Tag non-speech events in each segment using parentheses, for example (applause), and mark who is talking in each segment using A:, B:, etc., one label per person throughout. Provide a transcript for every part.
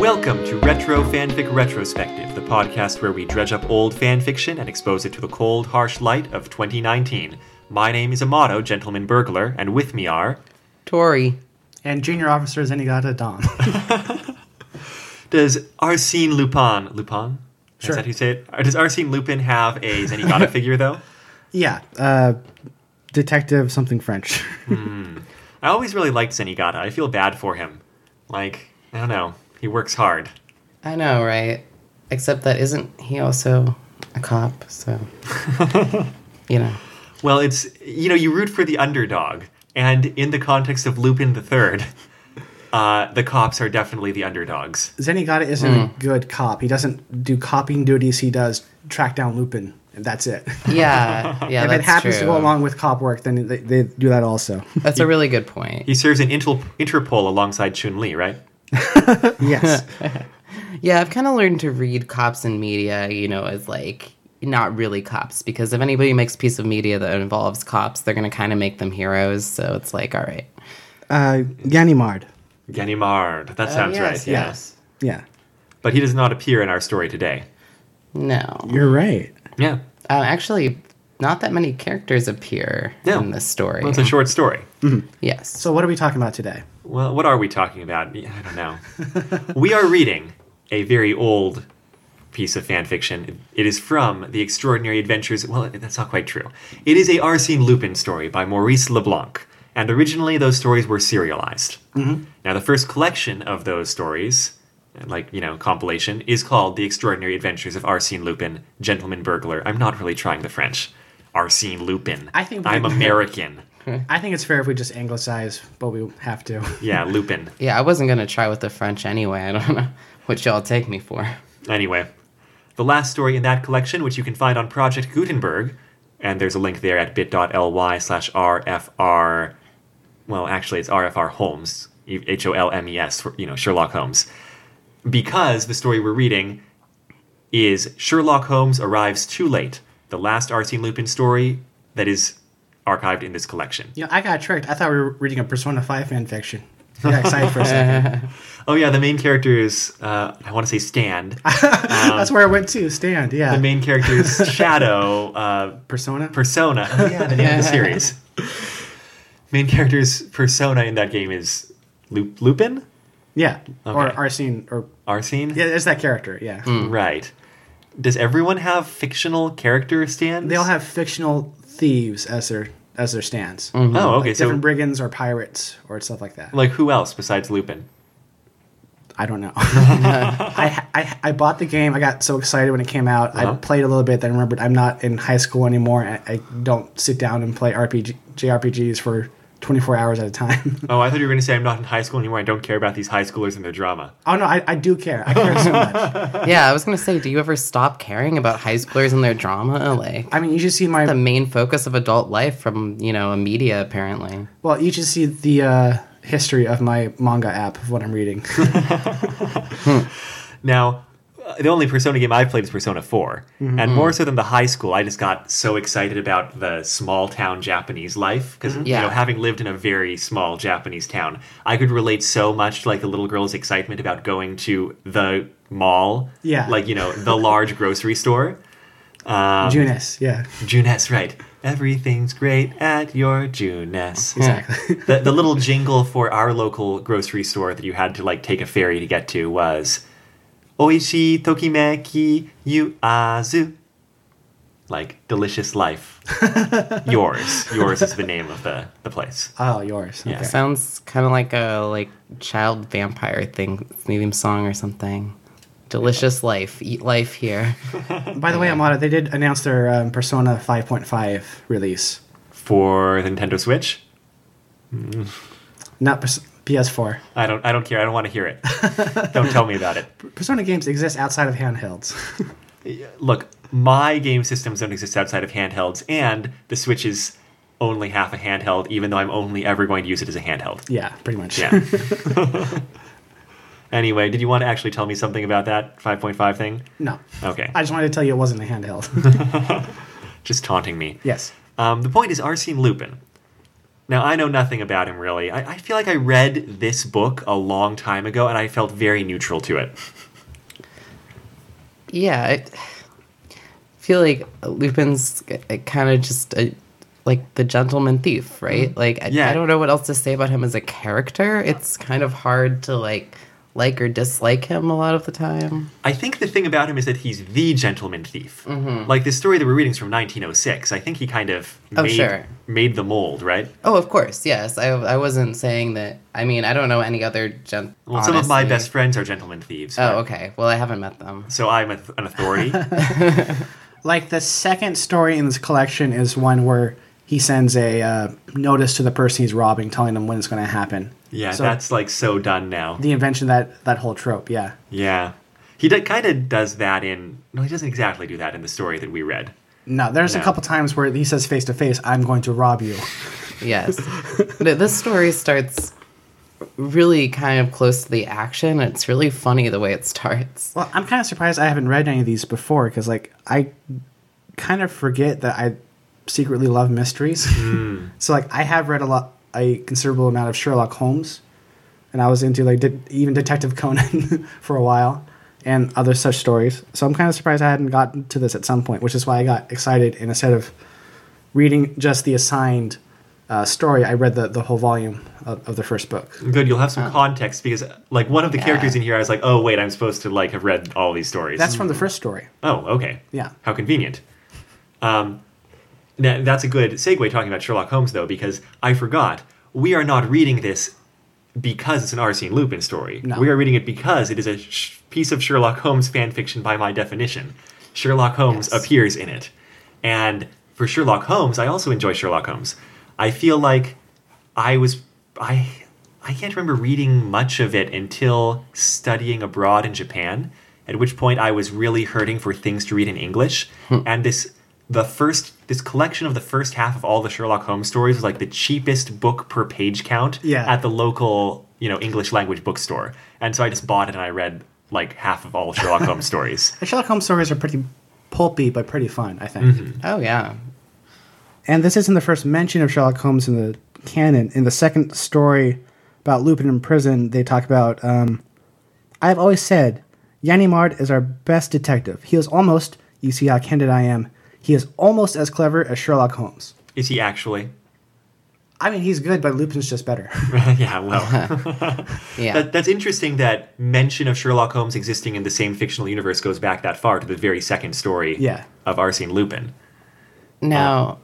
A: Welcome to Retro Fanfic Retrospective, the podcast where we dredge up old fanfiction and expose it to the cold, harsh light of 2019. My name is Amato, Gentleman Burglar, and with me are.
B: Tori.
C: And junior officers Inigata Don. (laughs)
A: Does Arsene Lupin. Lupin?
C: Sure.
A: Is that how you say it? Uh, Does Arsene Lupin have a Zenigata figure, though?
C: yeah, uh, detective something French. (laughs)
A: I always really liked Zenigata. I feel bad for him. Like, I don't know. He works hard.
B: I know, right? Except that isn't he also a cop?
C: (laughs)
B: So, you know.
A: Well, it's you know you root for the underdog, and in the context of Lupin the Third, (laughs) uh, the cops are definitely the underdogs.
C: Zenigata isn't a good cop. He doesn't do copying duties. He does track down Lupin, and that's it.
B: Yeah, yeah.
C: if
B: that's
C: it happens
B: true.
C: to go along with cop work, then they, they do that also. (laughs)
B: that's a really good point.
A: He serves in Intel- Interpol alongside Chun Li, right?
C: yes.
B: Yeah, I've kind of learned to read cops in media, you know, as like not really cops because if anybody makes a piece of media that involves cops, they're going to kind of make them heroes. So it's like, all right.
C: Uh, Ganimard.
A: Ganimard. That sounds right. Uh, Yeah.
B: Yes.
C: Yeah.
A: But he does not appear in our story today.
B: No.
C: You're right.
A: Yeah.
B: Uh, actually, not that many characters appear
A: No.
B: in this story.
A: Well, it's a short story.
B: yes. So-
C: So, what are we talking about today?
A: Well, what are we talking about? Yeah, I don't know. we are reading a very old piece of fan fiction. It is from The Extraordinary Adventures. Well, that's not quite true. It is a Arsene Lupin story by Maurice LeBlanc, and originally those stories were serialized.
C: Mm-hmm.
A: Now, the first collection of those stories, like, you know, compilation, is called The Extraordinary Adventures of Arsene Lupin, Gentleman Burglar. I'm not really trying the French. Arsene Lupin.
C: I think we-
A: I'm American.
C: I think it's fair if we just anglicize, but we have to.
A: yeah, Lupin.
B: yeah, I wasn't going to try with the French anyway. I don't (laughs) know what y'all take me for.
A: Anyway, the last story in that collection, which you can find on Project Gutenberg, and there's a link there at bit.ly slash RFR. Well, actually, it's RFR Holmes, H O L M E S, you know, Sherlock Holmes. Because the story we're reading is Sherlock Holmes Arrives Too Late, the last Arsene Lupin story that is archived in this collection.
C: You know, I got tricked. I thought we were reading a Persona 5 fan fiction. I got excited for a second.
A: Oh, yeah, the main character is, uh, I want to say Stand.
C: That's where I went to. Stand, yeah.
A: The main character is Shadow. Uh,
C: Persona? (laughs)
A: Persona. Oh, yeah, the name of the series. Main character's persona in that game is Lu- Lupin?
C: yeah. Or
A: Okay. Mm.
C: Arsene. Or,
A: Arsene?
C: yeah, there's that character, yeah.
A: Right. Does everyone have fictional character stands?
C: They all have fictional thieves as their as their stands.
A: Oh, okay.
C: Like
A: so,
C: different brigands or pirates or stuff like that.
A: like, who else besides Lupin?
C: I don't
A: (laughs)
C: know. I, I I bought the game. I got so excited when it came out.
A: Uh-huh.
C: I played a little bit. Then remembered I'm not in high school anymore. I, I don't sit down and play RPG JRPGs for 24 hours at a time. (laughs)
A: Oh, I thought you were going to say I'm not in high school anymore. I don't care about these high schoolers and their drama.
C: oh no, I, I do care. I care so much.
B: Yeah, I was going to say, do you ever stop caring about high schoolers and their drama? Like,
C: I mean, you should see
A: (laughs)
C: my
B: the main focus of adult life from you know a media apparently
C: well, you should see the uh, history of my manga app of what I'm reading.
A: Now, uh, the only Persona game I've played is Persona 4. And more so than the high school, I just got so excited about the small town Japanese life. Because, you
B: Yeah.
A: know, having lived in a very small Japanese town, I could relate so much to, like, the little girl's excitement about going to the mall.
C: Yeah.
A: Like, you know, the large grocery store. Um,
C: (laughs) Junus, yeah,
A: Juness, right. Everything's great at your Juness.
C: exactly.
A: the, the little jingle for our local grocery store that you had to like take a ferry to get to was oishi tokimeki yu azu like delicious life yours yours is the name of the, the place
C: oh, yours. Okay.
B: sounds kind of like a like child vampire thing theme song or something delicious life eat life here
C: By the way, Amada, they did announce their um, Persona 5.5 release,
A: for the nintendo switch
C: not pers- PS4.
A: i don't i don't care i don't want to hear it don't tell me about it
C: Persona games exist outside of handhelds. (laughs)
A: look, my game systems don't exist outside of handhelds, and the Switch is only half a handheld, even though I'm only ever going to use it as a handheld.
C: yeah, pretty much.
A: Yeah. anyway, did you want to actually tell me something about that 5.5 thing?
C: No.
A: Okay. (laughs)
C: I just wanted to tell you it wasn't a handheld.
A: Just taunting me.
C: yes.
A: Um, the point is Arsene Lupin. Now, I know nothing about him really. I, I feel like I read this book a long time ago and I felt very neutral to it.
B: Yeah, I feel like Lupin's kind of eh, just a, like the gentleman thief, right? Like, I,
A: Mm-hmm. Yeah.
B: I don't know what else to say about him as a character. It's kind of hard to like like or dislike him a lot of the time.
A: I think the thing about him is that he's the gentleman thief. Like the story that we're reading is from 1906. I think he kind of
B: Mm-hmm. Oh,
A: made,
B: sure.
A: made the mold, right?
B: Oh, of course, yes. I I wasn't saying that. I mean, I don't know any other gent.
A: Well, some of my
B: honestly.
A: best friends are gentlemen thieves. but-
B: Oh, okay. Well, I haven't met them.
A: So I'm a, an
B: (laughs)
A: authority.
C: Like the second story in this collection is one where he sends a uh, notice to the person he's robbing, telling them when it's going to happen.
A: yeah,
C: So
A: that's like so done
B: (laughs)
A: now.
C: the invention of that that whole trope. Yeah,
A: Yeah. He kind of does that in. No, he doesn't exactly do that in the story that we read.
C: no, there's
A: No.
C: a couple times where he says face to face, "I'm going to rob you."
A: (laughs)
B: Yes. but this story starts really kind of close to the action. It's really funny the way it starts.
C: Well, I'm kind of surprised I haven't read any of these before because, like, I kind of forget that I secretly love mysteries. (laughs) so, like, I have read a lot, a considerable amount of Sherlock Holmes, and I was into like de- even Detective Conan (laughs) for a while and other such stories. So, I'm kind of surprised I hadn't gotten to this at some point, which is why I got excited. And instead of reading just the assigned uh, story, I read the, the whole volume of, of the first book.
A: Good, you'll have some context because, like, one of the characters
B: Yeah.
A: in here, I was like, oh, wait, I'm supposed to, like, have read all these stories.
C: That's from the first story.
A: Oh, okay.
C: Yeah.
A: How convenient. Um, now, that's a good segue talking about Sherlock Holmes, though, because I forgot we are not reading this because it's an Arsene Lupin story.
C: No.
A: We are reading it because it is a sh- piece of Sherlock Holmes fan fiction by my definition. Sherlock Holmes
B: Yes.
A: appears in it. And for Sherlock Holmes, I also enjoy Sherlock Holmes. I feel like I was I I can't remember reading much of it until studying abroad in Japan, at which point I was really hurting for things to read in English.
C: Hmm.
A: And this the first this collection of the first half of all the Sherlock Holmes stories was like the cheapest book per page count
C: Yeah.
A: at the local, you know, English language bookstore. And so I just bought it and I read like half of all (laughs) Sherlock Holmes stories.
C: The Sherlock Holmes stories are pretty pulpy, but pretty fun, I think.
B: Oh, yeah.
C: And this isn't the first mention of Sherlock Holmes in the canon. In the second story about Lupin in prison, they talk about. Um, I've always said, Yanimard is our best detective. He is almost, you see how candid I am, he is almost as clever as Sherlock Holmes.
A: Is he actually?
C: I mean, he's good, but Lupin's just better.
A: (laughs)
C: (laughs)
A: (laughs) yeah, well.
B: Yeah.
A: That, that's interesting that mention of Sherlock Holmes existing in the same fictional universe goes back that far to the very second story
C: Yeah.
A: of Arsene Lupin.
B: now,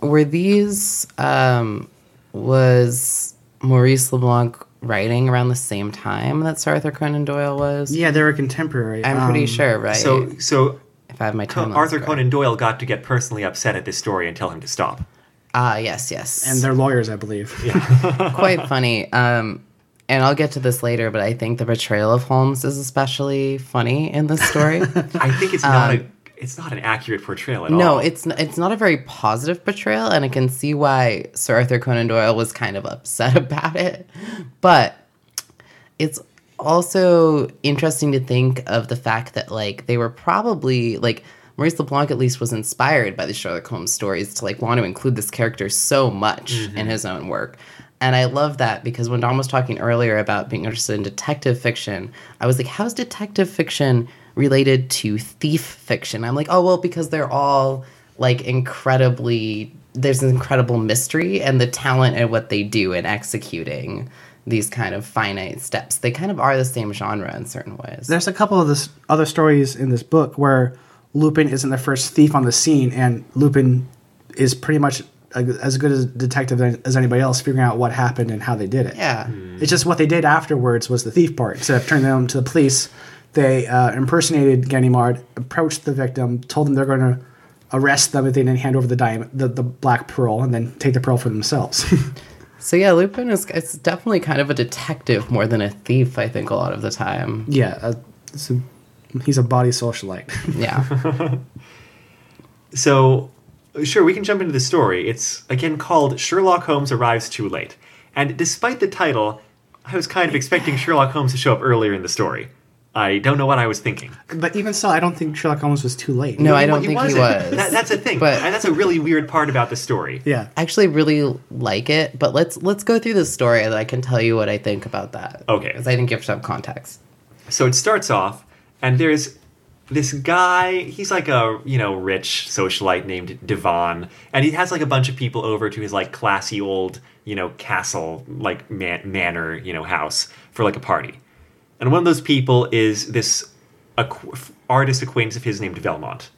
B: were these, um, was Maurice LeBlanc writing around the same time that Sir Arthur Conan Doyle was?
C: yeah, they were contemporary.
B: I'm pretty
C: Um,
B: sure, right?
A: So, so
B: if I have my
A: Co-
B: timeline.
A: Arthur Conan Doyle got to get personally upset at this story and tell him to (laughs) stop.
B: Ah, yes, yes.
C: And they're lawyers, I believe.
B: (laughs) quite funny. Um, and I'll get to this later, but I think the portrayal of Holmes is especially funny in this story.
A: I think it's not a, it's not an accurate portrayal at all.
B: no, it's n- it's not a very positive portrayal, and I can see why Sir Arthur Conan Doyle was kind of upset (laughs) about it. But it's also interesting to think of the fact that like they were probably like Maurice LeBlanc at least was inspired by the Sherlock Holmes stories to like want to include this character so much in his own work. And I love that because when Don was talking earlier about being interested in detective fiction, I was like, how's detective fiction related to thief fiction? I'm like, oh, well, because they're all like incredibly, there's an incredible mystery and the talent and what they do in executing these kind of finite steps. They kind of are the same genre in certain ways.
C: There's a couple of this other stories in this book where Lupin isn't the first thief on the scene, and Lupin is pretty much a, as good as a detective as anybody else, figuring out what happened and how they did it.
B: yeah.
C: it's just what they did afterwards was the thief part. Instead of turning them to the police, they uh, impersonated Ganimard, approached the victim, told them they're going to arrest them if they didn't hand over the diamond, the, the black pearl, and then take the pearl for themselves. (laughs)
B: So yeah, Lupin is it's definitely kind of a detective more than a thief, I think a lot of the time.
C: yeah, uh, it's a, he's a body socialite.
B: Yeah.
A: So, sure, we can jump into the story. It's again called Sherlock Holmes Arrives Too Late. And despite the title, I was kind of expecting Sherlock Holmes to show up earlier in the story. I don't know what I was thinking.
C: But even so, I don't think Sherlock Holmes was too late.
B: No, I don't
A: He
B: think he
A: wasn't.
B: was.
A: That, that's a thing.
B: But-
A: And that's a really weird part about the story.
C: Yeah.
B: actually really like it, but let's let's go through the story and I can tell you what I think about that.
A: Okay.
B: Because I didn't give some context.
A: So it starts off, and there's this guy. He's like a you know rich socialite named Devon, and he has like a bunch of people over to his like classy old you know castle like man- manor you know house for like a party. And one of those people is this acqu- artist acquaintance of his named Velmont,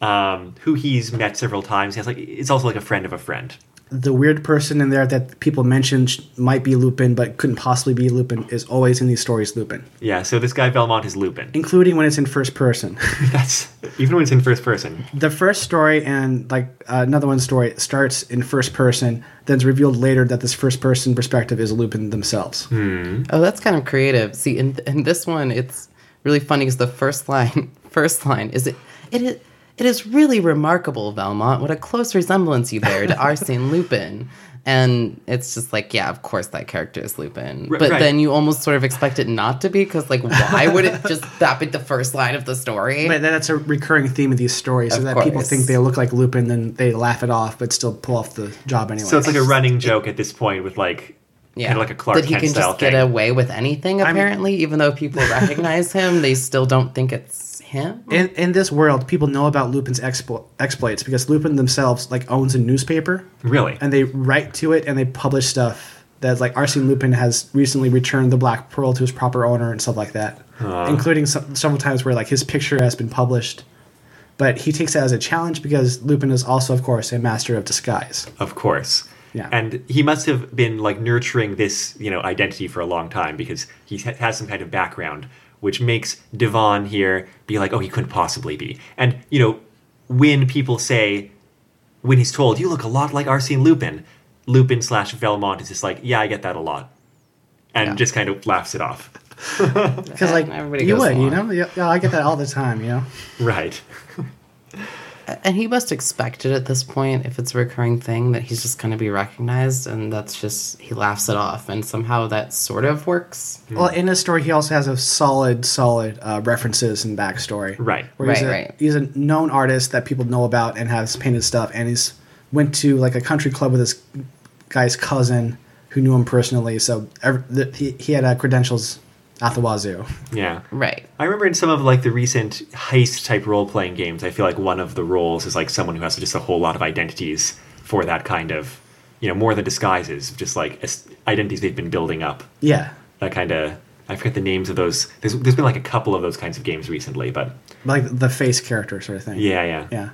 A: um, who he's met several times. He has like it's also like a friend of a friend.
C: The weird person in there that people mentioned sh- might be Lupin, but couldn't possibly be Lupin, is always in these stories Lupin,
A: Yeah. So this guy Velmont is Lupin. (laughs)
C: including when it's in first person. (laughs)
A: That's even when it's in first person.
C: the first story and like uh, another one story starts in first person, then it's revealed later that this first person perspective is Lupin themselves.
A: Hmm.
B: Oh, that's kind of creative. See, in in this one, it's really funny because the first line, (laughs) first line is it it is. It is really remarkable, Valmont. What a close resemblance
A: (laughs)
B: you bear to Arsene Lupin. And it's just like, yeah, of course that character is Lupin.
A: Right,
B: but
A: right.
B: then you almost sort of expect it not to be because, like, why would it
A: (laughs)
B: just that be the first line of the story?
C: But that's a recurring theme of these stories, so
B: Of
C: that people
B: course.
C: think they look like Lupin, then they laugh it off, but still pull off the job anyway.
A: So it's like a running joke at this point with like kind of like a Clark
B: that he
A: Kent
B: can
A: style
B: just
A: thing.
B: get away with anything. Apparently, even
A: (laughs)
B: though people recognize him, they still don't think it's him.
C: in, in this world, people know about Lupin's explo- exploits because Lupin themselves like owns a newspaper,
A: really?
C: and they write to it and they publish stuff that like Arsene Lupin has recently returned the Black Pearl to his proper owner and stuff like that, including some, several times where like his picture has been published. But he takes that as a challenge because Lupin is also, of course, a master of disguise.
A: of course.
C: Yeah.
A: And he must have been like nurturing this, you know, identity for a long time because he ha- has some kind of background, which makes Devon here be like, oh, he couldn't possibly be. And you know, when people say, when he's told, you look a lot like Arsene Lupin, Lupin slash Velmont is just like, yeah, I get that a lot, and
B: Yeah.
A: just kind of laughs it off.
C: Because like
B: Everybody
C: you
B: goes
C: would, you
B: along.
C: know, yeah, yeah, I get that all the time, you know.
A: Right.
B: And he must expect it at this point, if it's a recurring thing, that he's just going to be recognized, and that's just he laughs it off, and somehow that sort of works.
C: Well, in his story, he also has a solid, solid uh, references and backstory.
A: Right.
C: Where he's
B: Right,
C: a,
B: right.
C: He's a known artist that people know about and has painted stuff, and he's went to like a country club with his guy's cousin who knew him personally. So ev the, he he had uh, credentials at the wazoo.
A: Yeah.
B: Right.
A: I remember in some of like the recent heist type role playing games, I feel like one of the roles is like someone who has just a whole lot of identities for that kind of, you know, more than disguises, just like as- identities they've been building up.
C: Yeah,
A: That kind of I forget the names of those. There's, there's been like a couple of those kinds of games recently, but
C: like the face character sort of thing.
A: yeah, yeah.
C: yeah.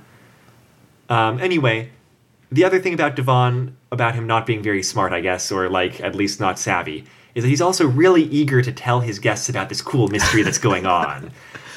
A: Um, anyway, the other thing about Devon, about him not being very smart, I guess, or like at least not savvy, is that he's also really eager to tell his guests about this cool mystery that's going on.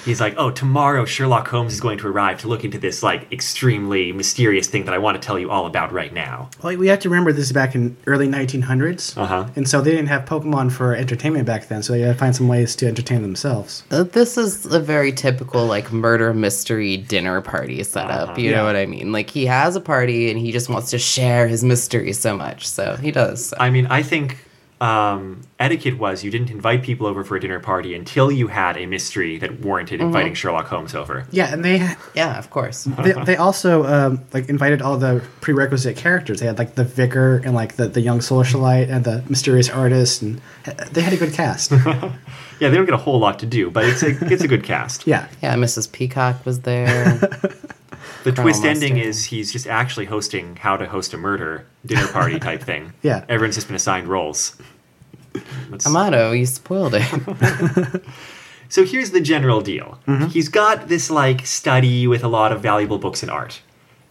A: He's like, oh, tomorrow Sherlock Holmes is going to arrive to look into this like extremely mysterious thing that I want to tell you all about right now.
C: Well, we have to remember this is back in early 1900s,
A: Uh-huh.
C: and so they didn't have Pokemon for entertainment back then. So they had to find some ways to entertain themselves.
B: Uh, This is a very typical like murder mystery dinner party setup. you
C: Yeah.
B: know what I mean? Like he has a party and he just wants to share his mystery so much, so he does. So.
A: I mean, I think um, etiquette was you didn't invite people over for a dinner party until you had a mystery that warranted inviting Sherlock Holmes over.
C: Yeah, and they
B: Yeah, of course.
C: they, they also um, like invited all the prerequisite characters. They had like the vicar and like the, the young socialite and the mysterious artist, and they had a
A: (laughs)
C: good cast.
A: Yeah, they don't get a whole lot to do, but it's a, it's a good cast.
C: yeah,
B: Yeah, Mrs. Peacock was there.
A: The
B: Colonel
A: twist ending
B: Mustang.
A: is he's just actually hosting how to host a murder dinner party type thing.
C: Yeah.
A: Everyone's just been assigned roles. Let's-
B: Amato, you spoiled it.
A: so here's the general deal. He's got this like study with a lot of valuable books and art.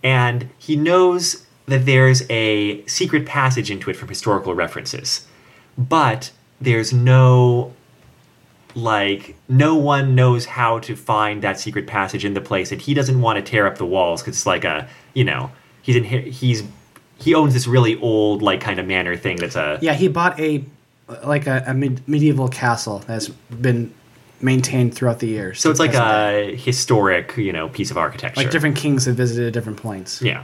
A: And he knows that there's a secret passage into it from historical references. But there's no like no one knows how to find that secret passage in the place and he doesn't want to tear up the walls because it's like a you know he's in he's he owns this really old like kind of manor thing that's a
C: yeah. He bought a like a, a mid- medieval castle that's been maintained throughout the years.
A: so it's like
C: Because of that.
A: a historic you know piece of architecture
C: like different kings have visited different points.
A: yeah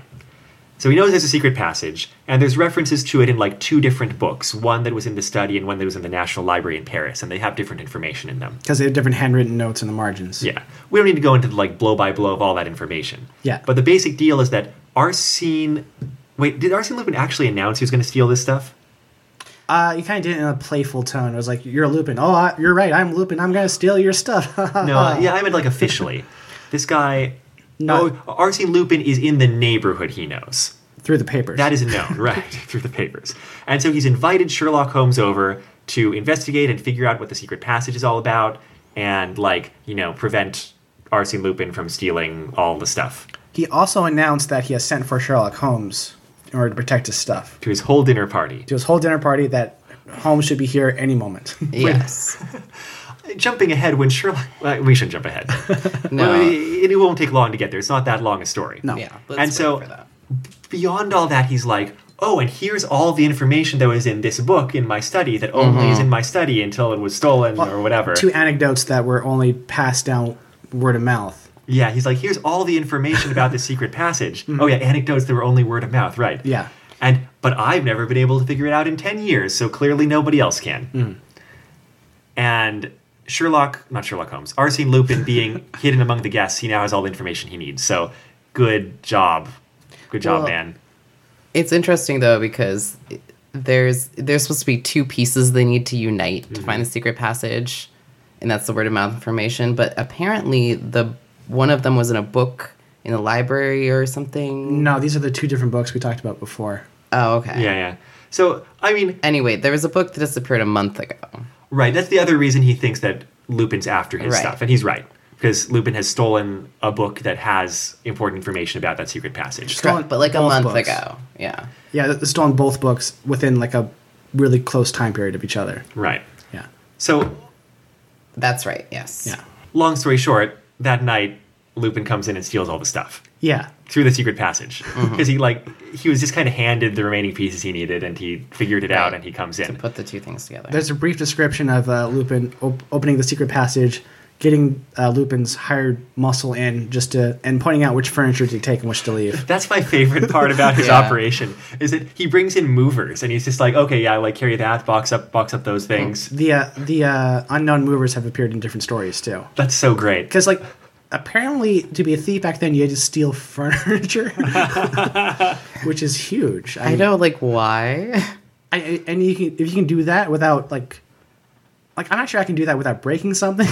A: So he knows there's a secret passage, and there's references to it in like two different books one that was in the study and one that was in the National Library in Paris, and they have different information in them.
C: because they have different handwritten notes in the margins.
A: Yeah. We don't need to go into like blow by blow of all that information.
C: Yeah.
A: But the basic deal is that Arsene. Wait, did Arsene Lupin actually announce he was going to steal this stuff?
C: Uh, he kind of did it in a playful tone. It was like, "You're Lupin. Oh, I, you're right. I'm Lupin. I'm gonna steal your stuff." (laughs)
A: No, uh,
C: Uh-huh.
A: yeah, I meant like officially. This guy.
C: No.
A: No. Oh, Arsene Lupin is in the neighborhood he knows.
C: through the papers.
A: That is
C: (laughs)
A: known, right, (laughs) through the papers. And so he's invited Sherlock Holmes over to investigate and figure out what the secret passage is all about and, like, you know, prevent Arsene Lupin from stealing all the stuff
C: He also announced that he has sent for Sherlock Holmes in order to protect his stuff.
A: to his whole dinner party.
C: To his whole dinner party, that Holmes should be here any moment.
B: Yes.
A: Jumping ahead when Sherlock. Well, we shouldn't jump
C: (laughs)
A: ahead.
B: No.
A: Well, it, it won't take long to get there. It's not that long a story.
C: No.
B: Yeah.
A: And so- beyond all that, he's like, oh, and here's all the information that was in this book in my study that only
C: Mm-hmm.
A: is in my study until it was stolen (laughs) or whatever.
C: Two anecdotes that were only passed down word of mouth.
A: yeah, he's like, here's all the information about this secret
B: (laughs)
A: passage.
B: Mm-hmm.
A: Oh, yeah, anecdotes that were only word of mouth, right?
C: Yeah.
A: And, but I've never been able to figure it out in 10 years, so clearly nobody else can.
B: Mm.
A: And Sherlock, not Sherlock Holmes, Arsene Lupin
B: (laughs)
A: being hidden among the guests, he now has all the information he needs. So good job. Good job,
B: Well,
A: man.
B: It's interesting though because there's there's supposed to be two pieces they need to unite to
C: Mm-hmm.
B: find the secret passage, and that's the word of mouth information. But apparently, the one of them was in a book in the library or something.
C: No, these are the two different books we talked about before.
B: Oh, okay.
A: Yeah, yeah. So, I mean,
B: Anyway, there was a book that disappeared a month ago.
A: Right. That's the other reason he thinks that Lupin's after his
B: Right.
A: stuff, and he's right because Lupin has stolen a book that has important information about that secret passage.
C: Stolen
B: but like a
C: both
B: month
C: books.
B: ago. Yeah.
C: Yeah, th- stolen both books within like a really close time period of each other.
A: Right.
C: Yeah.
A: So,
B: That's right. Yes.
C: Yeah.
A: long story short, that night Lupin comes in and steals all the stuff
C: Yeah.
A: through the secret passage because he like he was just kind of handed the remaining pieces he needed, and he figured it out,
B: Right.
A: and he comes in.
B: Put the two things together.
C: There's a brief description of uh, Lupin op- opening the secret passage, getting uh, Lupin's hired muscle in just to, and pointing out which furniture to take and which to leave.
A: That's my favorite part about his
B: Yeah.
A: operation is that he brings in movers, and he's just like, okay, yeah, like carry that, box up, box up those things.
C: The uh, the uh, unknown movers have appeared in different stories too.
A: That's so great.
C: Because like, apparently, to be a thief back then, you had to steal (laughs) furniture, which is huge.
B: I know, like, why? (laughs)
C: I, I- and you can if you can do that without like like I'm not sure I can do that without breaking something,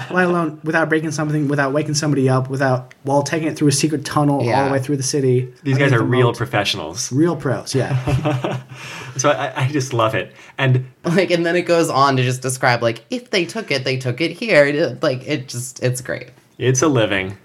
C: (laughs) let alone without breaking something, without waking somebody up, without while taking it through a secret tunnel all
B: Yeah.
C: the way through the city.
A: These
C: underneath
A: guys are
C: the
A: real
C: moat.
A: professionals.
C: real
A: (laughs)
C: pros, yeah.
A: So I, I just love it. And
B: like, and then it goes on to just describe, like, if they took it, they took it here. It- Like, it just, it's great.
A: it's a living.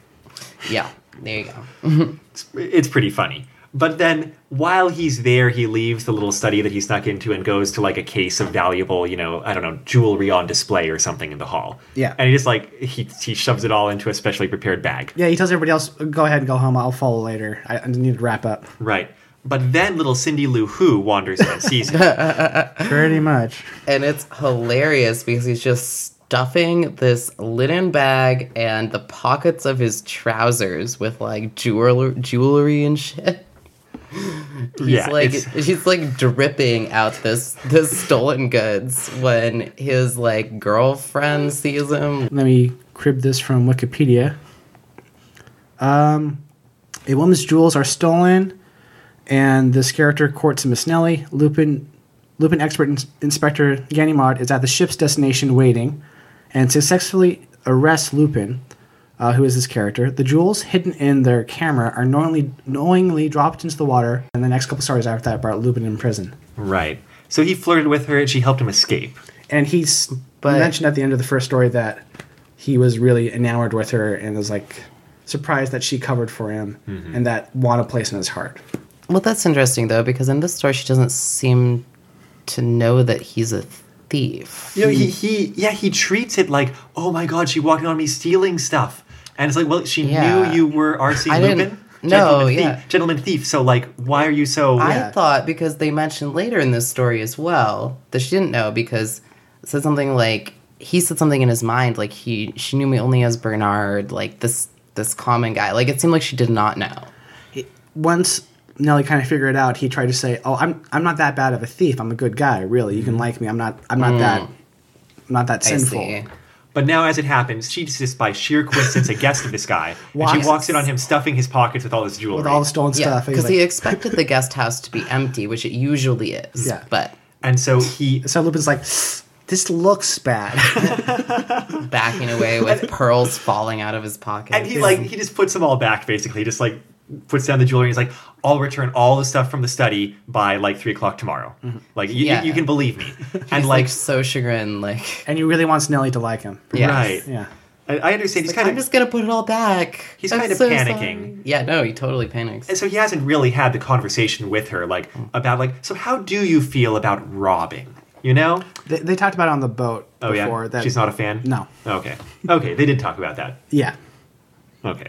B: Yeah. There you go.
A: It's, it's pretty funny. But then while he's there, he leaves the little study that he snuck into and goes to like a case of valuable, you know, I don't know, jewelry on display or something in the hall.
C: Yeah.
A: And he just like, he, he shoves it all into a specially prepared bag.
C: yeah, he tells everybody else, go ahead and go home, I'll follow later. I, I need to wrap up.
A: Right. But then little Cindy Lou Who wanders in and
B: (laughs)
A: sees him.
C: Pretty much.
B: and it's hilarious because he's just stuffing this linen bag and the pockets of his trousers with like jewelry, jewelry and shit. He's
A: Yeah,
B: like
A: it's-
B: he's like dripping out this this stolen goods when his like girlfriend sees him.
C: Let me crib this from Wikipedia. Um, a woman's jewels are stolen, and this character courts Miss Nelly. Lupin, Lupin expert ins- inspector Ganimard is at the ship's destination waiting, and successfully arrests Lupin, uh, who is this character. The jewels hidden in their camera are knowingly knowingly dropped into the water, and the next couple stories after that brought Lupin in prison.
A: right. So he flirted with her and she helped him escape.
C: And he's
B: But-
C: mentioned at the end of the first story that he was really enamored with her and was like surprised that she covered for him
A: Mm-hmm.
C: and that won a place in his heart.
B: Well, that's interesting though because in this story she doesn't seem to know that he's a thief.
A: You know, he, he yeah, he treats it like, oh my god, she walked in on me stealing stuff. And it's like, well, she
B: Yeah.
A: knew you were Arsene
B: I
A: Lupin.
B: didn't- no,
A: gentleman
B: yeah.
A: thief, gentleman thief. So like, why are you so?
B: I
C: Yeah.
B: thought because they mentioned later in this story as well that she didn't know because it said something like he said something in his mind like he she knew me only as Bernard like this this common guy like it seemed like she did not know
C: Once Nelly kind of figured it out, he tried to say, "Oh, I'm I'm not that bad of a thief. I'm a good guy, really. You can like me. I'm not I'm
A: Mm.
C: not that I'm not that
B: I
C: sinful."
B: see.
A: But now, as it happens, she just by sheer coincidence a guest of this guy, and
C: Walks-
A: she walks in on him stuffing his pockets with all his jewelry.
C: With all the stolen
B: Yeah,
C: stuff,
B: because
C: he's like,
B: he expected the guest house to be empty, which it usually is.
C: Yeah.
B: But
A: and so he,
C: so Lupin's like, "This looks bad."
A: (laughs)
B: backing away with pearls falling out of his pocket.
A: and he like he just puts them all back basically, just like puts down the jewelry. and He's like, "I'll return all the stuff from the study by like three o'clock tomorrow. Like you,
B: Mm-hmm. Yeah.
A: you can believe
B: (laughs)
A: me." And
B: like
A: like,
B: so chagrined, like
C: and he really wants Nelly to like him.
B: yes.
A: right,
C: Yeah.
A: I, I understand. He's
B: Like,
A: kind
B: I'm
A: of
B: just gonna put it all back.
A: He's
B: I'm
A: kind of
B: so
A: panicking.
B: sorry." Yeah, no, he totally panics.
A: and so he hasn't really had the conversation with her like
C: Mm.
A: about like so how do you feel about robbing? You know?
C: They, they talked about it on the boat
A: Oh
C: before
A: yeah,
C: that
A: she's not a fan.
C: No.
A: Okay. Okay, they did talk about that.
C: Yeah.
A: Okay.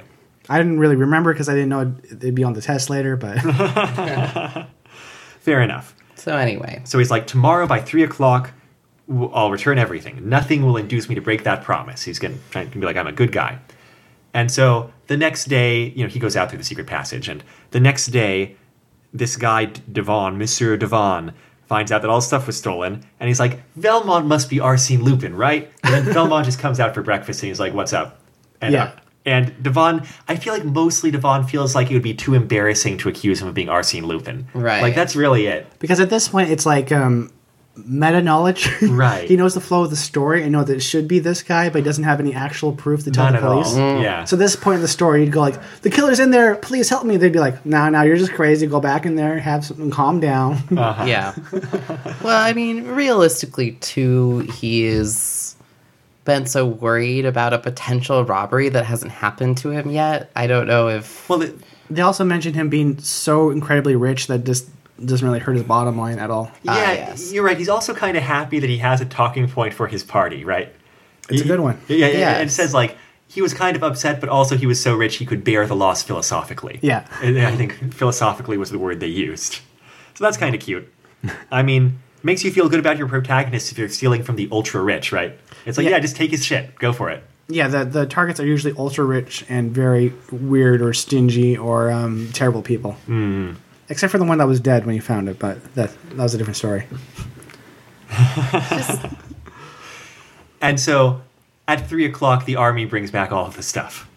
C: I didn't really remember because I didn't know it'd, they'd be on the test later, but
A: (laughs) Fair enough.
B: So anyway,
A: So he's like, tomorrow by three o'clock, w- I'll return everything. Nothing will induce me to break that promise. He's going to be like, I'm a good guy. And so the next day, you know, he goes out through the secret passage. And the next day, this guy, D- Devon, Monsieur Devon, finds out that all the stuff was stolen. And he's like, Velmont must be Arsene Lupin, right? And then Velmont just comes out for breakfast and he's like, what's up? And,
C: Yeah.
A: uh, and Devon, I feel like mostly Devon feels like it would be too embarrassing to accuse him of being Arsene Lupin.
B: Right.
A: Like, that's really it.
C: because at this point it's like um, meta knowledge. (laughs)
A: Right.
C: he knows the flow of the story and know that it should be this guy, but he doesn't have any actual proof to tell
A: Not
C: the
A: at all. Mm.
C: police.
A: Yeah.
C: So at this point in the story, you'd go like, "The killer's in there! Please help me!" They'd be like, "No, nah, no, you're just crazy. Go back in there, have something, calm
A: (laughs)
C: down."
A: Uh.
B: (laughs) yeah. well, I mean, realistically, too, he is been so worried about a potential robbery that hasn't happened to him yet. I don't know if
A: well, it,
C: they also mentioned him being so incredibly rich that this doesn't really hurt his bottom line at all.
A: Yeah,
B: yes.
A: you're right. He's also kind of happy that he has a talking point for his party, right?
C: It's a
A: Y-
C: good one.
A: Yeah, yeah.
B: Yes.
A: And it says like he was kind of upset, but also he was so rich he could bear the loss philosophically.
C: Yeah.
A: and I think philosophically was the word they used. So that's kind of cute. I mean, makes you feel good about your protagonist if you're stealing from the ultra rich, right? It's like,
C: Yeah.
A: yeah, just take his shit, go for it.
C: Yeah, the the targets are usually ultra rich and very weird or stingy or um, terrible people. Mm. Except for the one that was dead when you found it, but that that was a different story.
A: And so at three o'clock, the army brings back all of the stuff.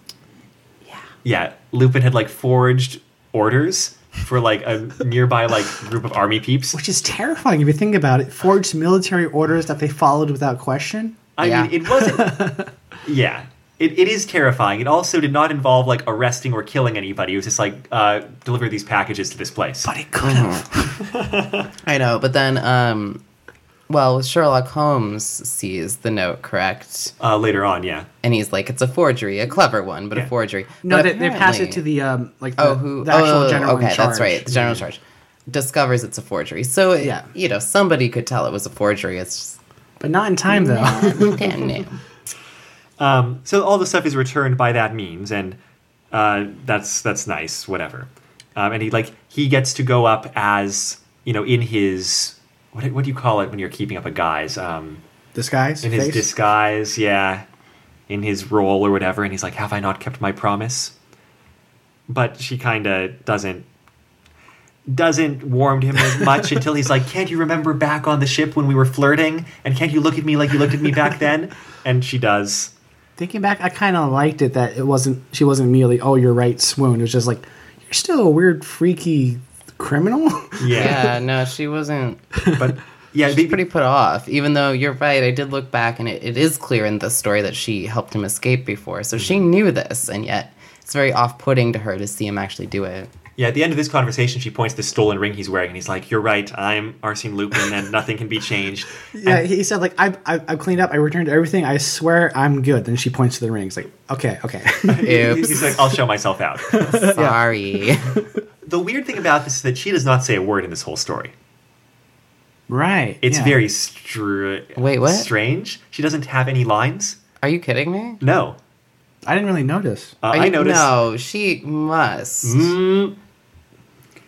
B: Yeah.
A: Yeah. Lupin had like forged orders for like a nearby like group of army peeps.
C: Which is terrifying if you think about it. Forged military orders that they followed without question.
A: I
B: Yeah.
A: mean, it wasn't.
C: (laughs)
A: yeah. It, it is terrifying. It also did not involve like arresting or killing anybody. It was just like uh, deliver these packages to this place.
C: But it could have.
B: (laughs) I know, but then um well, Sherlock Holmes sees the note, correct?
A: Uh, later on, yeah.
B: And he's like, "It's a forgery, a clever one, but
A: Yeah.
B: a forgery."
C: No,
B: But
C: they, they pass it
B: apparently-
C: to the um, like the,
B: oh, who
C: the actual
B: oh,
C: general.
B: Okay,
C: in charge.
B: that's right. The general in charge discovers it's a forgery. So it-
C: Yeah.
B: you know, somebody could tell it was a forgery. It's
C: But not in time though. (laughs)
B: just damn name.
A: Um, so all the stuff is returned by that means, and uh, that's that's nice. Whatever. Um, and he like he gets to go up as you know in his what do- what do you call it when you're keeping up a guy's um,
C: This guy's
A: in his
C: face?
A: disguise, yeah, in his role or whatever. And he's like, "Have I not kept my promise?" But she kind of doesn't doesn't warm to him as much until he's like, "Can't you remember back on the ship when we were flirting? And can't you look at me like you looked at me back then?" And she does.
C: Thinking back, I kind of liked it that it wasn't. She wasn't immediately. Oh, you're right. Swoon. It was just like you're still a weird, freaky criminal. (laughs)
A: (laughs)
B: Yeah, no, she wasn't (laughs)
A: but yeah, be-
B: pretty put off. Even though you're right, I did look back, and it, it is clear in the story that she helped him escape before, so she
A: Mm-hmm.
B: knew this, and yet it's very off-putting to her to see him actually
A: (laughs)
B: do it.
A: yeah. At the end of this conversation, she points to the stolen ring he's wearing, and he's like, "You're right. I'm Arsene Lupin, and nothing can be
B: (laughs)
A: changed."
C: yeah, he said like I, I I cleaned up. I returned everything. I swear I'm good. Then she points to the ring. It's like okay, okay. (laughs)
B: Oops,
A: He's like, "I'll show myself
B: (laughs)
A: out."
B: sorry.
A: the weird thing about this is that she does not say a word in this whole story.
C: right.
A: It's
C: yeah.
A: very str-
B: Wait, what?
A: strange. She doesn't have any lines.
B: (laughs) Are you kidding me?
A: No,
C: I didn't really notice.
A: uh, Mm-hmm.
B: Are
A: I
B: you-
A: noticed.
B: No, she must.
A: Mm,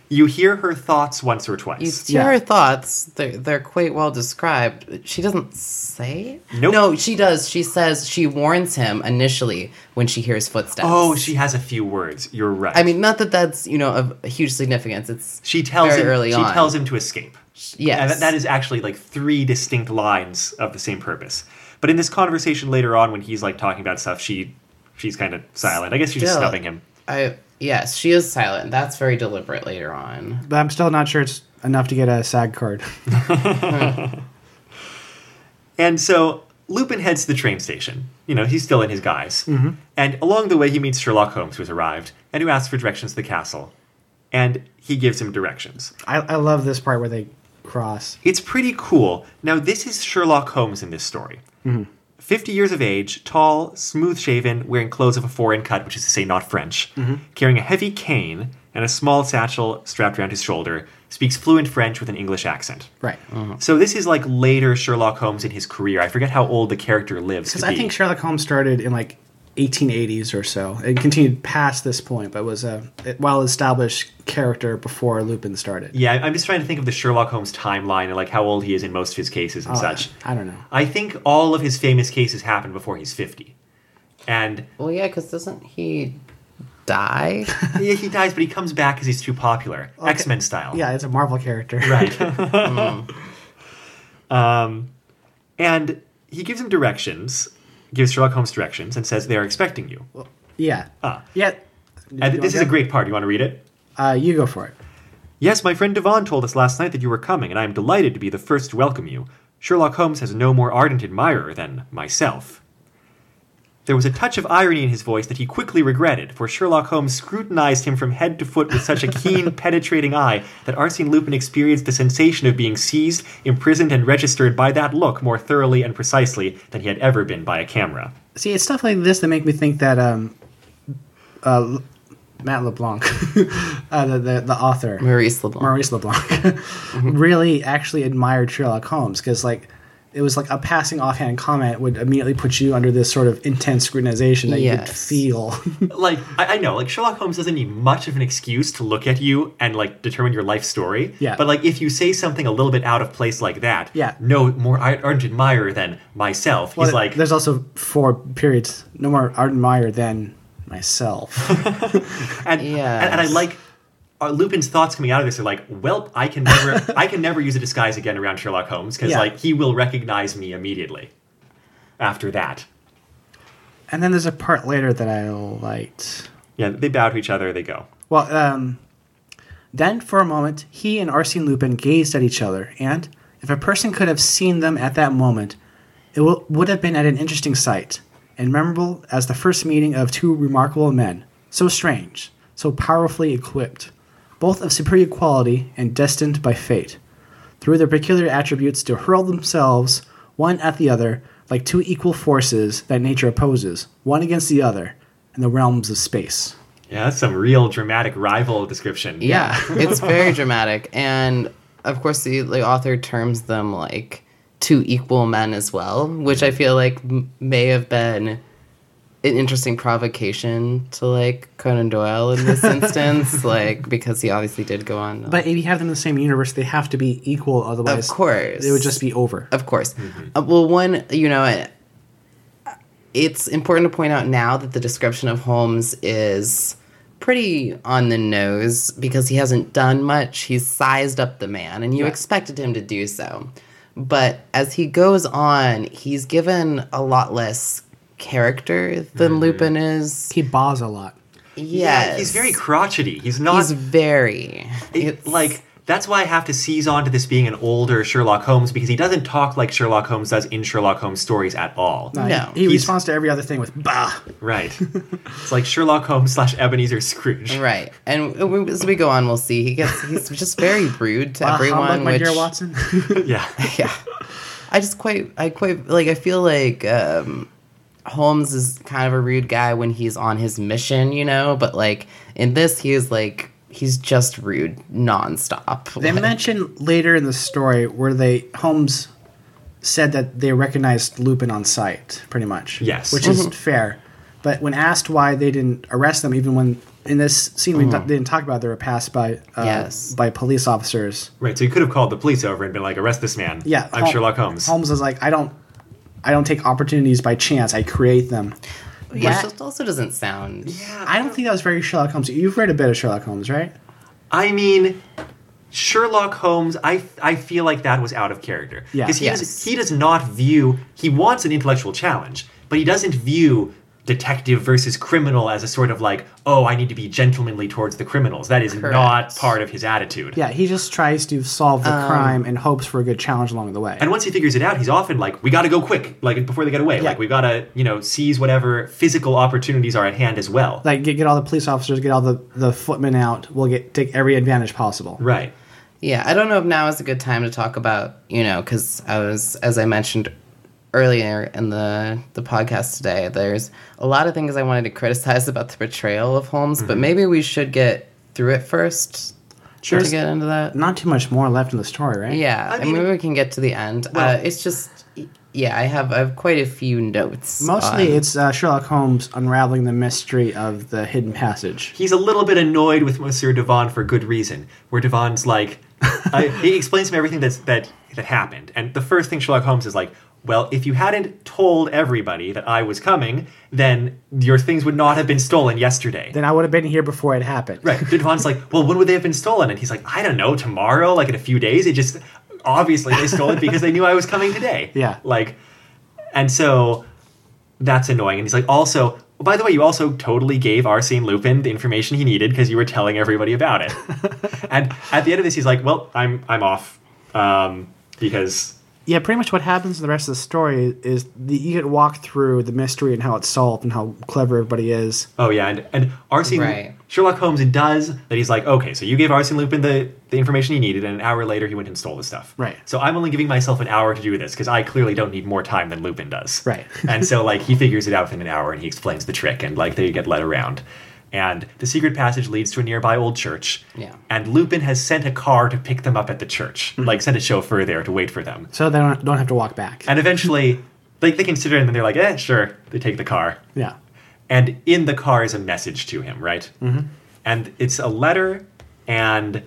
A: you hear her thoughts once or twice.
B: You hear her
C: Yeah.
B: thoughts. They're, they're quite well described. She doesn't say.
A: Nope.
B: No, she does. She says she warns him initially when she hears footsteps.
A: oh, she has a few words. You're right.
B: I mean, not that that's you know of huge significance. It's
A: she tells
B: very
A: him.
B: early
A: she
B: on.
A: tells him to escape.
B: yes.
A: And that- that is actually like three distinct lines of the same purpose. But in this conversation later on, when he's like talking about stuff, she she's kind of silent. I guess she's just
B: Still.
A: snubbing him.
B: I yes, she is silent. That's very deliberate later on.
C: But I'm still not sure it's enough to get a SAG card. (laughs)
A: And so Lupin heads to the train station. You know, he's still in his guise. Mm-hmm. And along the way, he meets Sherlock Holmes, who has arrived, and who asks for directions to the castle. And he gives him directions.
C: I, I love this part where they cross.
A: It's pretty cool. Now, this is Sherlock Holmes in this story.
C: Mm-hmm.
A: 50 years of age, tall, smooth shaven, wearing clothes of a foreign cut, which is to say not French,
C: Mm-hmm.
A: carrying a heavy cane and a small satchel strapped around his shoulder, speaks fluent French with an English accent.
C: Right.
A: So, this is like later Sherlock Holmes in his career. I forget how old the character lives.
C: Because
A: to
C: I
A: be.
C: think Sherlock Holmes started in like 1880s or so. It continued past this point, but was a well established character before Lupin started.
A: Yeah, I'm just trying to think of the Sherlock Holmes timeline and like how old he is in most of his cases and
C: Uh,
A: such.
C: I don't know.
A: I think all of his famous cases happened before he's 50. And
B: Well, yeah, because doesn't he die?
A: (laughs) yeah, he dies, but he comes back because he's too popular, X Men style.
C: Yeah, it's a Marvel character.
A: right. um, and he gives him directions, gives Sherlock Holmes directions, and says they are expecting you.
C: (laughs) Yeah.
A: Ah.
C: yeah.
A: And
C: You
A: this is
C: want
A: a great part. You want to read it?
C: that? Uh, you go for it.
A: Yes, my friend Devon told us last night that you were coming, and I am delighted to be the first to welcome you. Sherlock Holmes has no more ardent admirer than myself. There was a touch of irony in his voice that he quickly regretted, for Sherlock Holmes scrutinized him from head to foot with such a keen, penetrating eye that Arsene Lupin experienced the sensation of being seized, imprisoned, and registered by that look more thoroughly and precisely than he had ever been by a camera.
C: See, it's stuff like this that make me think that um, uh, L- Matt LeBlanc, (laughs) uh, the, the the author,
B: Maurice LeBlanc.
C: Maurice (laughs) LeBlanc really actually admired Sherlock Holmes because like it was like a passing offhand comment would immediately put you under this sort of intense scrutinization that you could
B: Yes.
C: feel.
A: like I, I know like sherlock holmes doesn't need much of an excuse to look at you and like determine your life story
C: Yeah.
A: but like if you say something a little bit out of place like that
C: Yeah.
A: no more ar- ardent admirer than myself he's
C: Well,
A: like
C: there's also four periods. No more art admire than myself.
A: and,
B: Yes.
A: and and i like uh, lupin's thoughts coming out of this are like well i can
C: (laughs)
A: never i can never use a disguise again around sherlock holmes because
C: Yeah.
A: like he will recognize me immediately after that
C: and then there's a part later that I liked.
A: yeah they bow to each other they go
C: Well, um, then for a moment, he and Arsene Lupin gazed at each other, and if a person could have seen them at that moment, it w- would have been at an interesting sight, and memorable as the first meeting of two remarkable men, so strange, so powerfully equipped, both of superior quality and destined by fate, through their peculiar attributes to hurl themselves one at the other like two equal forces that nature opposes, one against the other, in the realms of space.
A: yeah that's some real dramatic rival description
B: Yeah, it's
A: (laughs)
B: very dramatic, and of course the, the author terms them like two equal men as well, which I feel like m- may have been an interesting provocation to like Conan Doyle
A: (laughs)
B: in this instance, like because he obviously did go on. to,
C: But if you have them in the same universe, they have to be equal.
B: like,
C: Otherwise,
B: of course,
C: it would just be over.
B: Of course.
A: Mm-hmm.
B: Uh, well, one, you know, I- it's important to point out now that the description of Holmes is pretty on the nose because he hasn't done much. He's sized up the man, and you expected him to do so. But as he goes on, he's given a lot less character than Lupin is.
C: He baws a lot.
B: Yes.
A: Mm-hmm. he's very crotchety he's not
B: He's very.
A: It-
B: it's
A: like that's why I have to seize on to this being an older Sherlock Holmes because he doesn't talk like Sherlock Holmes does in Sherlock Holmes stories at all. Right.
B: No.
C: he
A: He's-
C: responds to every other thing with "bah."
A: it's like Sherlock Holmes slash Ebenezer Scrooge.
B: Right, and we- as we go on, we'll see. He gets—he's just very rude
A: (laughs)
B: to
C: Bah
B: everyone.
C: humbug, my
B: which,
C: dear Watson.
A: (laughs)
C: (laughs)
A: Yeah.
B: (laughs) yeah i just quite i quite like i feel like um holmes is kind of a rude guy when he's on his mission you know but like in this he is like he's just rude nonstop
C: they
B: Like,
C: mention later in the story where they Holmes said that they recognized Lupin on sight, pretty much.
A: Yes.
B: Mm-hmm.
C: which is fair. But when asked why they didn't arrest them, even when in this scene we ta- didn't talk about they were passed by uh,
B: Yes.
C: by police officers.
A: Right, so you could have called the police over and been like, arrest this man.
C: Yeah,
A: I'm
C: Hol-
A: Sherlock Holmes.
C: Holmes is like, I don't, I don't take opportunities by chance. I create them.
B: Yeah. Which just also doesn't sound.
A: yeah,
C: I don't think that was very Sherlock Holmes. You've read a bit of Sherlock Holmes, right?
A: I mean, Sherlock Holmes, I I feel like that was out of character.
C: Yeah.
A: he,
B: Yes.
A: does, he does not view, he wants an intellectual challenge, but he doesn't view detective versus criminal as a sort of like, oh, I need to be gentlemanly towards the criminals. That is not
B: Correct.
A: part of his attitude.
C: Yeah, he just tries to solve the crime and hopes for a good challenge along the way.
A: And once he figures it out, he's often like, we gotta go quick, like before they get away. Like, we gotta, you know, seize whatever physical opportunities are at hand as well.
C: like get, get all the police officers, get all the, the footmen out. We'll get take every advantage possible.
A: right.
B: Yeah, I don't know if now is a good time to talk about, you know, because I was, as I mentioned earlier in the, the podcast today, there's a lot of things I wanted to criticize about the portrayal of Holmes, but maybe we should get through it first
A: Mm-hmm. Sure.
B: to get into that.
C: Not too much more left in the story, right?
B: Yeah,
A: I
B: I mean,
A: mean-
B: maybe we can get to the end. uh,
A: Well-
B: it's just, yeah, I have, I have quite a few notes.
C: Mostly,
B: on-
C: it's uh, Sherlock Holmes unraveling the mystery of the hidden passage.
A: he's a little bit annoyed with Monsieur Devon for good reason. Where Devon's like, I, he explains to him everything that's that that happened, and the first thing Sherlock Holmes is like, "Well, if you hadn't told everybody that I was coming, then your things would not have been stolen yesterday."
C: Then I would have been here before it happened.
A: Right. Devon's like, "Well, when would they have been stolen?" And he's like, "I don't know. Tomorrow, like in a few days. It just obviously they stole it because they knew I was coming today."
C: Yeah.
A: Like, and so that's annoying. And he's like, also, by the way, you also totally gave Arsene Lupin the information he needed because you were telling everybody about it. and at the end of this, he's like, well, I'm I'm off um, because
C: Yeah, pretty much what happens in the rest of the story is the, you get walked through the mystery and how it's solved and how clever everybody is.
A: oh yeah, and and Arsene
B: Right.
A: Sherlock Holmes does that. He's like, okay, so you gave Arsene Lupin the the information he needed, and an hour later he went and stole the stuff.
C: Right.
A: So I'm only giving myself an hour to do this because I clearly don't need more time than Lupin does.
C: Right.
A: and so like he figures it out within an hour and he explains the trick and like they get led around. And the secret passage leads to a nearby old church.
B: Yeah.
A: And Lupin has sent a car to pick them up at the church. Like sent a chauffeur there to wait for them.
C: So they don't, don't have to walk back.
A: And eventually like they consider it and then they're like, eh, sure. They take the car.
C: yeah.
A: And in the car is a message to him, right? Mm-hmm. And it's a letter and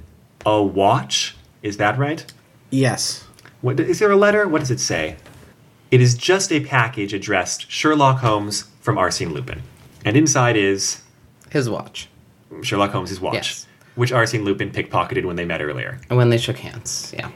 A: a watch. Is that right?
C: Yes.
A: What, is there a letter? What does it say? It is just a package addressed Sherlock Holmes from Arsene Lupin. And inside is
B: his watch
A: Sherlock Holmes' watch,
B: Yes.
A: which Arsene Lupin pickpocketed when they met earlier.
B: and when they shook hands. Yeah.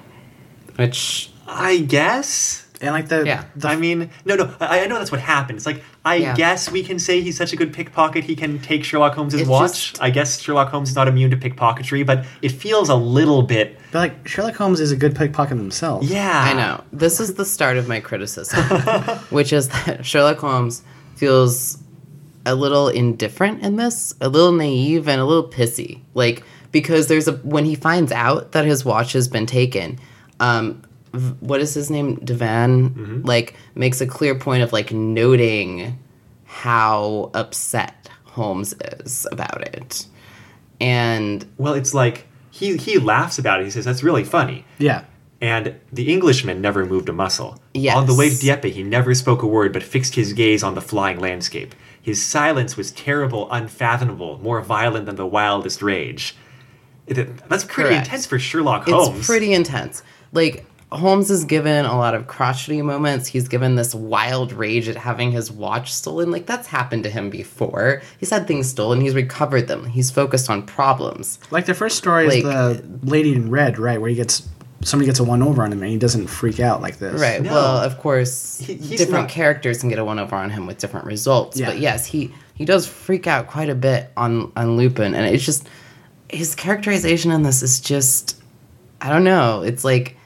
B: Which,
A: I guess.
C: And like the
B: Yeah.
C: the
A: I mean, no, no, I, I know that's what happened. It's like, I
B: Yeah.
A: guess we can say he's such a good pickpocket, he can take Sherlock Holmes'
B: It's
A: watch. I guess Sherlock Holmes is not immune to pickpocketry, but it feels a little bit.
C: but like Sherlock Holmes is a good pickpocket himself.
A: Yeah.
B: I know. This is the start of my criticism, (laughs) which is that Sherlock Holmes feels a little indifferent in this, a little naive and a little pissy. Like because there's a when he finds out that his watch has been taken, um v- what is his name? Devan like makes a clear point of like noting how upset Holmes is about it. And
A: Well, it's like, he, he laughs about it. He says, that's really funny.
C: Yeah.
A: And the Englishman never moved a muscle.
B: Yes.
A: On the way to Dieppe, he never spoke a word but fixed his gaze on the flying landscape. His silence was terrible, unfathomable, more violent than the wildest rage. It- That's pretty
B: Correct.
A: intense for Sherlock
B: It's
A: Holmes.
B: pretty intense. Like Holmes is given a lot of crotchety moments. He's given this wild rage at having his watch stolen. Like that's happened to him before. He's had things stolen. He's recovered them. He's focused on problems.
C: Like the first story
B: Like-
C: is the lady in red, right, where he gets somebody gets a one over on him and he doesn't freak out like this.
B: Right.
A: No.
B: Well, of course,
A: He- he's
B: different
A: not-
B: characters can get a one over on him with different results.
C: Yeah.
B: But yes, he he does freak out quite a bit on on Lupin, and it's just his characterization in this is just I don't know. It's like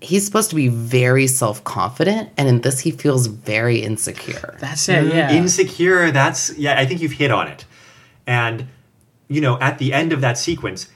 B: he's supposed to be very self confident, and in this he feels very insecure.
C: That's it.
A: Mm,
C: Yeah.
A: insecure that's yeah i think you've hit on it and you know at the end of that sequence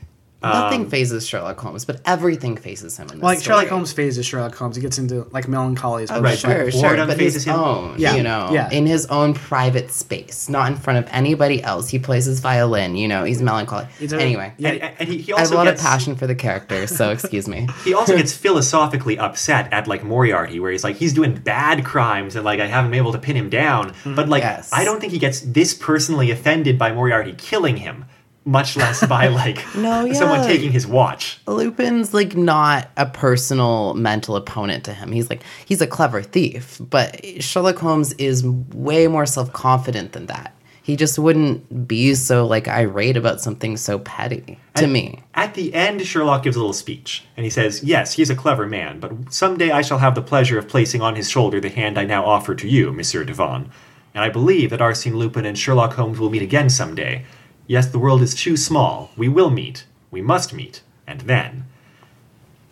A: um,
B: Nothing phases Sherlock Holmes, but everything phases him in this
C: Well, like Sherlock
B: story.
C: Holmes phases Sherlock Holmes. He gets into like melancholy.
B: Oh,
A: Right,
B: sure,
A: but
B: sure,
A: boredom
B: but
A: phases
B: his
A: him.
B: own,
C: Yeah,
B: you know,
C: yeah.
B: in his own private space, not in front of anybody else. He plays his violin, you know, he's melancholy.
C: He's a-
B: anyway,
C: Yeah.
A: And, and he, he
B: I have
A: also
B: a lot
A: gets,
B: of passion for the character, so excuse me.
A: He
B: (laughs)
A: also gets philosophically upset at like Moriarty, where he's like, he's doing bad crimes and like I haven't been able to pin him down. But like,
B: Mm-hmm. Yes.
A: I don't think he gets this personally offended by Moriarty killing him, much less
B: (laughs)
A: by like
B: No,
A: someone
B: yeah.
A: taking his watch.
B: Lupin's like not a personal mental opponent to him. He's like he's a clever thief, but Sherlock Holmes is way more self-confident than that. He just wouldn't be so like irate about something so petty to me.
A: At the end, Sherlock gives a little speech, and he says, Yes, he's a clever man, but someday I shall have the pleasure of placing on his shoulder the hand I now offer to you, Monsieur Devon. And I believe that Arsene Lupin and Sherlock Holmes will meet again someday. Yes, the world is too small. We will meet. We must meet. And then.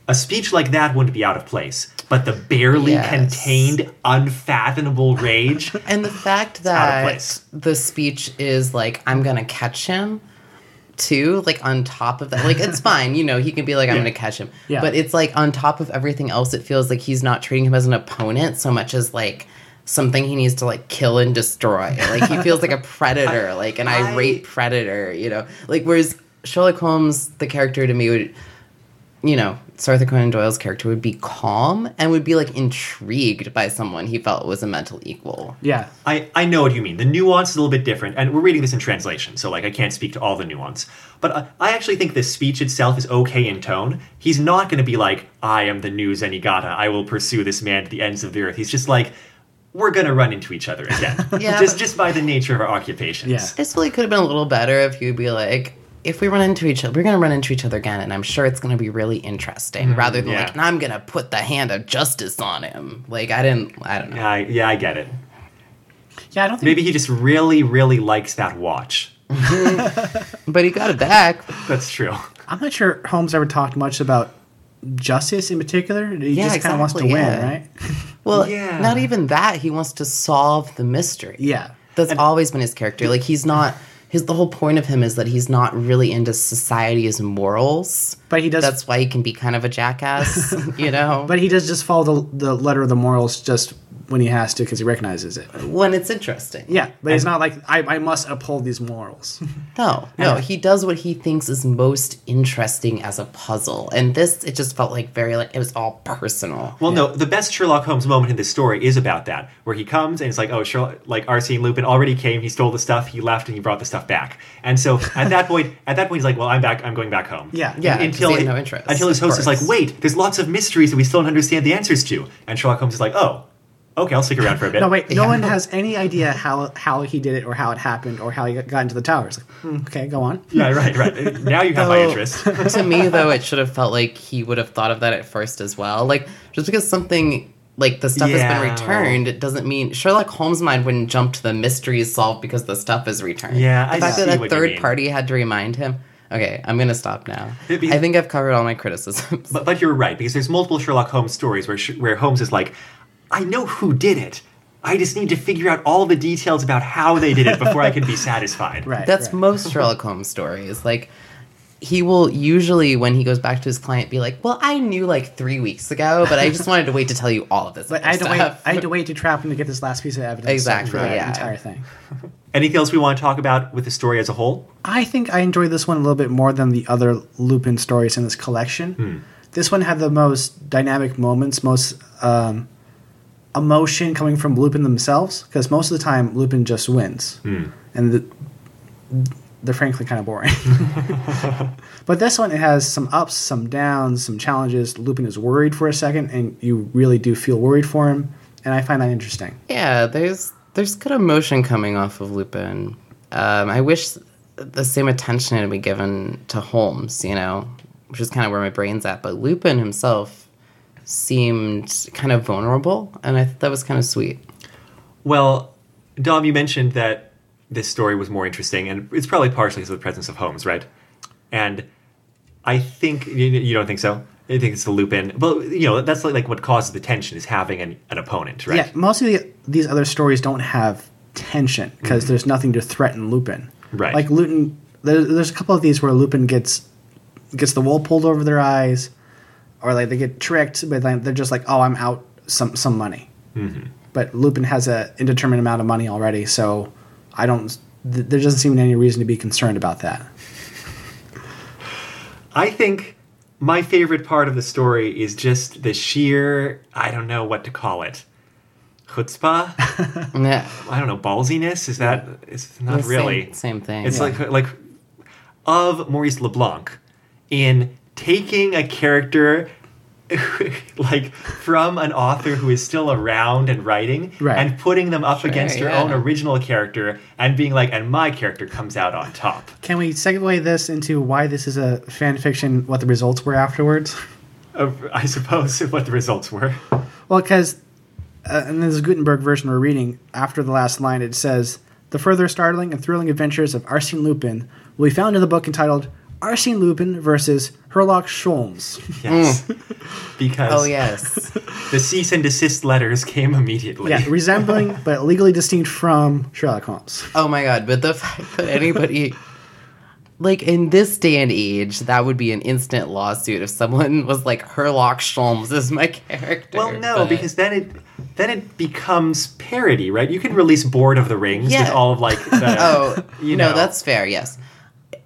A: A speech like that wouldn't be out of place, but the barely
B: Yes.
A: contained, unfathomable rage.
B: And the fact
A: out of
B: that
A: place.
B: the speech is like, I'm gonna catch him too, like on top of that. Like
A: (laughs)
B: it's fine, you know, he can be like, I'm
A: Yeah.
B: gonna catch him.
C: Yeah.
B: But it's like on top of everything else, it feels like he's not treating him as an opponent so much as like something he needs to like kill and destroy. Like he
A: (laughs)
B: feels like a predator, like an
A: I-
B: irate predator, you know. Like whereas Sherlock Holmes, the character to me would you know, Arthur Conan Doyle's character would be calm and would be like intrigued by someone he felt was a mental equal.
C: yeah,
A: I, I know what you mean. The nuance is a little bit different, and we're reading this in translation, so like I can't speak to all the nuance. But I, I actually think this speech itself is okay in tone. He's not going to be like, "I am the new Zenigata. I will pursue this man to the ends of the earth." He's just like, "We're going to run into each other again."
B: Yeah,
A: just
B: but-
A: just by the nature of our occupations.
C: Yeah.
B: I just feel like it could have been a little better if you'd be like, if we run into each other, we're going to run into each other again, and I'm sure it's going to be really interesting
C: Mm,
B: rather than
A: yeah.
B: like, and I'm going to put the hand of justice on him. Like, I didn't, I don't know.
A: I, yeah, I get it.
C: yeah. I don't think
A: Maybe he just really, really likes that watch.
B: But he got it back.
A: That's true.
C: I'm not sure Holmes ever talked much about justice in particular. He
B: Yeah,
C: just kind of wants to
B: exactly,
C: win,
B: yeah.
C: right? (laughs)
B: Well,
A: Yeah.
B: not even that. He wants to solve the mystery.
C: Yeah.
B: That's always been his character. Like he's not his the whole point of him is that he's not really into society's morals.
C: But he does-
B: That's why he can be kind of a
C: (laughs)
B: jackass, you know.
C: But he does just follow the the letter of the morals just when he has to because he recognizes it.
B: when it's interesting.
C: Yeah, but he's not like I, I must uphold
B: (laughs)
C: these morals.
B: No, no, he does what he thinks is most interesting as a puzzle. And this, it just felt like very, like, it was all personal.
A: Well, no, the best Sherlock Holmes moment in this story is about that, where he comes and it's like, oh, Sherlock, like Arsene Lupin already came, he stole the stuff, he left, and he brought the stuff back. And so at that
B: (laughs)
A: point, at that point, he's like, well, I'm back, I'm going back home.
C: Yeah.
B: Yeah, 'cause
A: until
B: he had
A: it-
B: no interest,
A: until his
B: of
A: host is like,
B: course.
A: wait, there's lots of mysteries that we still don't understand the answers to. And Sherlock Holmes is like, oh, okay, I'll stick around for a bit.
C: No, wait. No
B: Yeah.
C: one has any idea how how he did it or how it happened or how he got into the towers. Like, hmm, okay, go on.
A: (laughs) Yeah, right, right. Now you have my
B: Though,
A: interest.
B: (laughs) to me, though, it should have felt like he would have thought of that at first as well. Like, just because something, like, the stuff has been
A: Yeah.
B: returned, it doesn't mean Sherlock Holmes' mind wouldn't jump to the mystery is solved because the stuff is returned.
A: Yeah,
B: the
A: I
B: fact
A: see
B: that a
A: what you
B: third
A: mean.
B: party had to remind him. Okay, I'm gonna stop now.
A: It'd be-
B: I think I've covered all my criticisms.
A: But, but you're right because there's multiple Sherlock Holmes stories where Sh- where Holmes is like, I know who did it. I just need to figure out all the details about how they did it before I can
C: (laughs)
A: be satisfied.
C: Right.
B: That's
C: right.
B: most
C: (laughs)
B: Sherlock Holmes stories. Like he will usually when he goes back to his client be like, "Well, I knew like 3 weeks ago, but I just wanted to wait to tell you all of this."
C: (laughs) But
B: other
C: I had to wait.
B: stuff."
C: I had to wait to trap him to get this last piece of evidence.
B: Exactly,
C: for that
B: yeah.
C: Entire thing.
A: Anything else we want to talk about with the story as a whole?
C: I think I enjoyed this one a little bit more than the other Lupin stories in this collection. This one had the most dynamic moments, most um, emotion coming from Lupin themselves, because most of the time Lupin just wins, and the, they're frankly kind of boring. (laughs) but this one it has some ups, some downs, some challenges. Lupin is worried for a second, and you really do feel worried for him, and I find that interesting.
B: Yeah, there's there's good emotion coming off of Lupin. Um, I wish the same attention had been given to Holmes, you know, which is kind of where my brain's at. But Lupin himself seemed kind of vulnerable, and I thought that was kind of sweet.
A: Well, Dom, you mentioned that this story was more interesting, and it's probably partially because of the presence of Holmes, right? And I think you, you don't think so. I think it's the Lupin. Well, you know that's like, like what causes the tension is having an, an opponent, right?
C: Yeah, most of the, these other stories don't have tension because there's nothing to threaten Lupin.
A: Mm-hmm. Right.
C: Like Lupin, there, there's a couple of these where Lupin gets gets the wool pulled over their eyes, or like they get tricked, but then they're just like, oh, I'm out some some money.
A: Mm-hmm.
C: But Lupin has a indeterminate amount of money already, so I don't. Th- there doesn't seem any reason to be concerned about that.
A: I think my favorite part of the story is just the sheer, I don't know what to call it. Chutzpah?
B: Yeah.
A: I don't know, ballsiness? Is that, it's not
B: The same-
A: really.
B: Same, thing.
A: It's like, like, of Maurice LeBlanc in taking a character (laughs) like from an author who is still around and writing
C: Right.
A: and putting them up against her
B: yeah.
A: own original character and being like, and my character comes out on top.
C: Can we segue this into why this is a fan fiction? What the results were afterwards?
A: Uh, I suppose (laughs) what the results were.
C: Well, because uh, in this Gutenberg version we're reading, after the last line, it says, "The further startling and thrilling adventures of Arsene Lupin will be found in the book entitled Arsene Lupin versus Herlock Sholmes."
A: Yes. (laughs) Because
B: Mm. Oh yes.
A: the cease and desist letters came immediately.
C: yeah,
A: (laughs)
C: resembling but legally distinct from Sherlock Holmes.
B: oh my god! But the (laughs) fact that anybody, like in this day and age, that would be an instant lawsuit if someone was like, "Herlock Sholmes is my character."
A: Well, no,
B: but-
A: because then it then it becomes parody, right? You can release Board of the Rings with
B: Yeah.
A: all of like the
B: (laughs) oh,
A: you know
B: no, that's fair. Yes,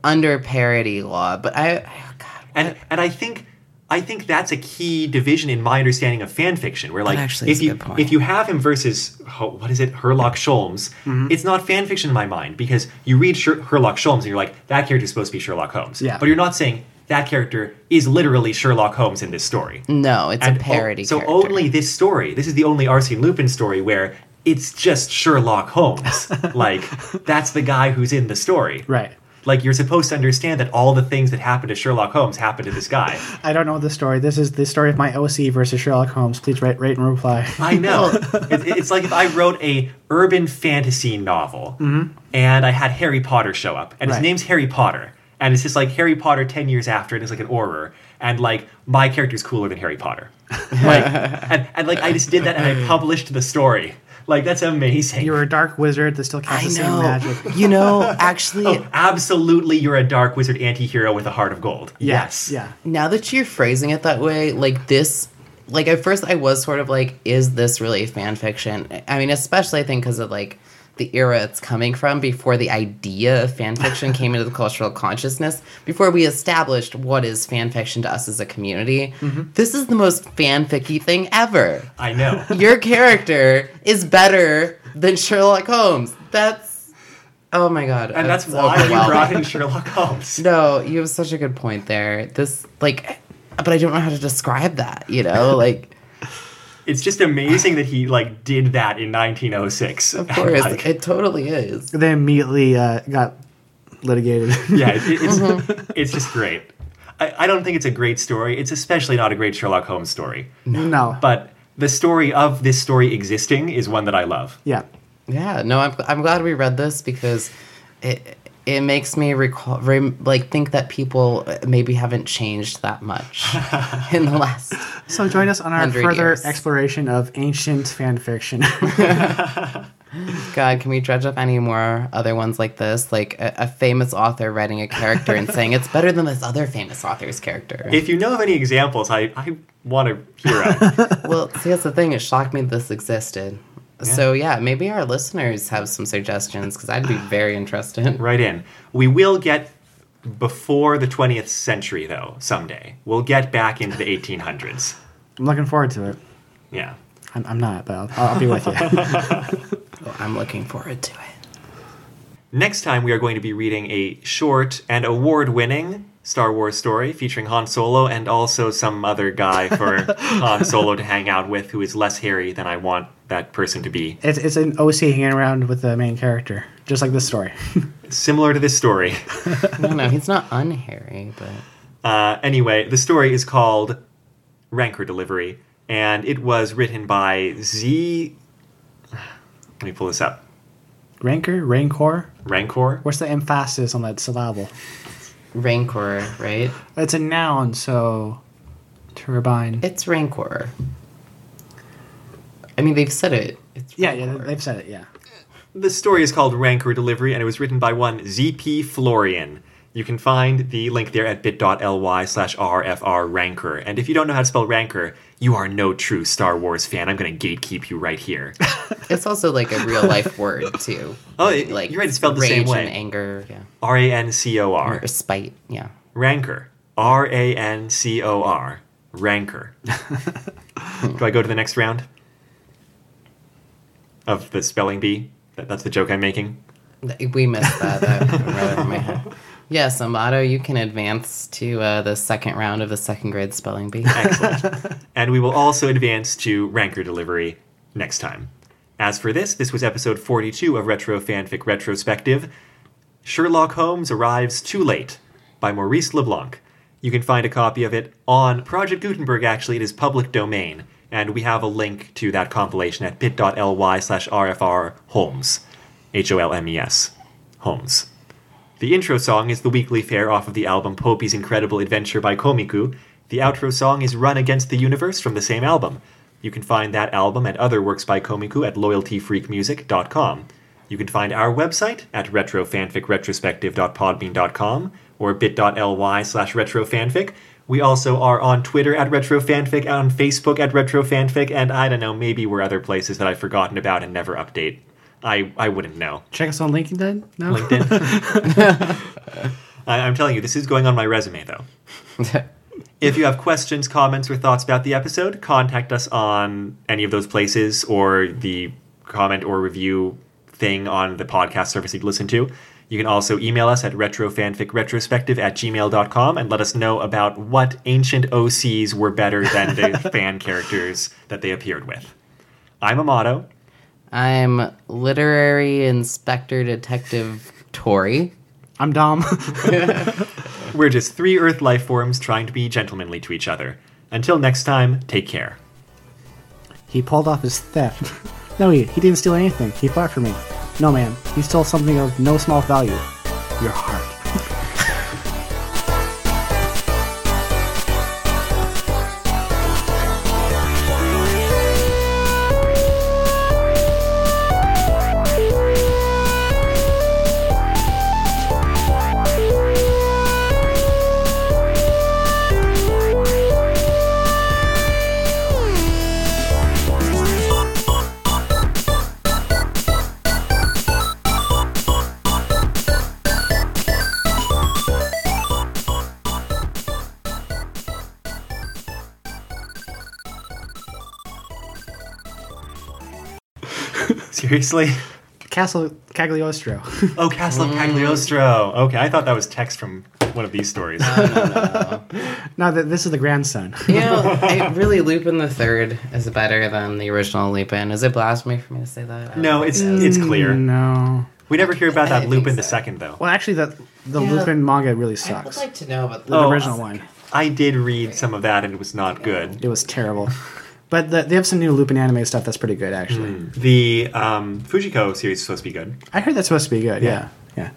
B: under parody law, but I, oh god,
A: and and I think I think that's a key division in my understanding of fan fiction, where like
B: actually
A: if
B: is a
A: you
B: good point.
A: if you have him versus oh, what is it Herlock Sholmes,
B: Mm-hmm.
A: it's not fan fiction in my mind because you read Sher- Herlock Sholmes and you're like that character is supposed to be Sherlock Holmes,
C: Yeah.
A: but you're not saying that character is literally Sherlock Holmes in this story.
B: no, it's
A: And
B: a
A: o-
B: parody.
A: so
B: character.
A: only this story. This is the only Arsene Lupin story where it's just Sherlock
B: (laughs)
A: Holmes. like that's the guy who's in the story.
C: Right.
A: Like you're supposed to understand that all the things that happened to Sherlock Holmes happened to this guy.
C: I don't know the story. This is the story of my OC versus Sherlock Holmes. Please rate, rate and reply.
A: I
C: (laughs)
A: know. it, it's like if I wrote a urban fantasy novel and I had Harry Potter show up, and his
C: Mm-hmm. Right.
A: name's Harry Potter, and it's just like Harry Potter ten years after, and it's like an horror, and like my character's cooler than Harry
C: (laughs)
A: Potter, like, and, and like I just did that, and I published the story. Like that's amazing.
C: You're a dark wizard that still casts
B: I
C: the same
B: know.
C: magic.
A: (laughs)
B: You know, actually,
A: Oh, Absolutely, you're a dark wizard anti-hero with a heart of gold.
C: Yeah,
A: Yes.
C: Yeah.
B: now that you're phrasing it that way, like this, like at first I was sort of like, is this really fan fiction? I mean, especially I think because of like the era it's coming from before the idea of fan
A: (laughs)
B: fiction came into the cultural consciousness, before we established what is fan fiction to us as a community.
A: Mm-hmm.
B: This is the most fanficky thing ever.
A: I
C: (laughs)
A: know.
B: Your character is better than Sherlock Holmes. That's, oh my God.
A: And that's
B: it's
A: why you
B: overwhelming.
A: brought in Sherlock Holmes.
C: (laughs)
B: No, you have such a good point there. This like but I don't know how to describe that, you know? Like
A: It's just amazing that he like did that in 1906.
B: of
A: (laughs)
B: course
A: Like-
B: it totally is.
C: They immediately uh, got litigated.
A: yeah, it, it- it's it's just great. I, I don't think it's a great story. It's especially not a great Sherlock Holmes story.
C: (laughs) no.
A: But the story of this story existing is one that I love.
C: yeah.
B: Yeah, no, I'm I'm glad we read this because it it makes me recall rem, like think that people maybe haven't changed that much in the last
C: So join us on our
B: 100
C: further
B: years. exploration
C: exploration of ancient fan fiction. (laughs)
B: God, can we dredge up any more other ones like this? Like a, a famous author writing a character and saying it's better than this other famous author's character.
A: If you know of any examples, I, I want to hear them.
B: Well, see, that's the thing. It shocked me this existed. So yeah, maybe our listeners have some suggestions because I'd be very interested.
A: right in. We will get before the 20th century, though, someday. We'll get back into the 1800s.
C: I'm looking forward to it.
A: Yeah.
C: I'm, I'm not, but I'll, I'll be with you.
B: I'm looking forward to it.
A: Next time, we are going to be reading a short and award winning Star Wars story featuring Han Solo and also some other guy for Han Solo to hang out with who is less hairy than I want that person to be.
C: It's, it's an OC hanging around with the main character, just like this story. (laughs)
A: Similar to this story. (laughs)
B: No, no, he's not unhairy, but
A: Uh, anyway, the story is called Rancor Delivery, and it was written by Z. (sighs) Let me pull this up.
C: Rancor, Rancor.
A: Rancor?
C: What's the emphasis on that syllable?
B: rancor, right?
C: It's a noun, so turbine.
B: It's rancor. I mean, they've said it. It's
C: yeah, yeah,
B: rancor.
C: they've said it. Yeah,
A: The story is called Rancor Delivery, and it was written by one Z.P. Florian. You can find the link there at bit.ly slash RFR Ranker. And if you don't know how to spell Ranker, you are no true Star Wars fan. I'm going to gatekeep you right
B: (laughs)
A: here.
B: It's also like a real life word too.
A: Oh, you're right, it's spelled the
B: rage
A: same way.
B: And anger, yeah.
A: R A N C O R.
B: Or spite, yeah.
A: Rancor. R A N C O R.
B: (laughs)
A: Rancor. Do I go to the next round? Of the spelling bee? That, that's the joke I'm making.
B: We missed that. That went right over my head. Yes, Amato, you can advance to uh, the second round of the second grade spelling bee.
A: And we will also advance to Rancor delivery next time. As for this, this was episode 42 of Retro Fanfic Retrospective. Sherlock Holmes Arrives Too Late by Maurice LeBlanc. You can find a copy of it on Project Gutenberg, actually, it is public domain, and we have a link to that compilation at bit.ly slash RFR Holmes. H O L M E S. Holmes. The intro song is The Weekly Fair off of the album Popey's Incredible Adventure by Komiku. The outro song is Run Against the Universe from the same album. You can find that album and other works by Komiku at loyaltyfreakmusic.com. You can find our website at retrofanficretrospective.podbean.com or bit.ly slash retrofanfic. We also are on Twitter at retrofanfic, on Facebook at retrofanfic, and I don't know, maybe we're other places that I've forgotten about and never update. I, I wouldn't know.
C: Check us on LinkedIn. No.
A: LinkedIn. I, I'm telling you, this is going on my resume, though. If you have questions, comments, or thoughts about the episode, contact us on any of those places or the comment or review thing on the podcast service you listen to. You can also email us at retrofanficretrospective at gmail.com and let us know about what ancient OCs were better than the fan characters that they appeared with. I'm Amato.
B: I'm literary inspector detective Tori.
C: (laughs) I'm Dom. (laughs)
A: We're just three Earth life forms trying to be gentlemanly to each other. Until next time, take care.
C: he pulled off his theft. (laughs) No, he, he didn't steal anything. He bought from me. No, man. He stole something of no small value. Your heart.
A: Seriously? (laughs)
C: Castle Cagliostro. (laughs)
A: Oh, Castle of Cagliostro. Okay, I thought that was text from one of these stories.
B: Uh,
C: no, th- this is the grandson.
B: You know, I really Lupin the Third is better than the original Lupin. Is it blasphemy for me to say that? I don't
A: no,
B: know.
A: it's it's clear.
C: no.
A: We never hear about
B: I
A: that
B: think
A: Lupin
B: so.
A: the second though.
C: Well, actually, the the
B: Yeah.
C: Lupin manga really
B: I would
C: sucks.
B: like to know, but
C: the
A: Oh,
C: original one,
A: I did read some of that and it was not good.
C: it was terrible. But the, they have some new Lupin anime stuff that's
A: Hmm.
C: pretty good, actually.
A: The um, Fujiko series is supposed to be good.
C: I heard that's supposed to be good. Yeah. yeah.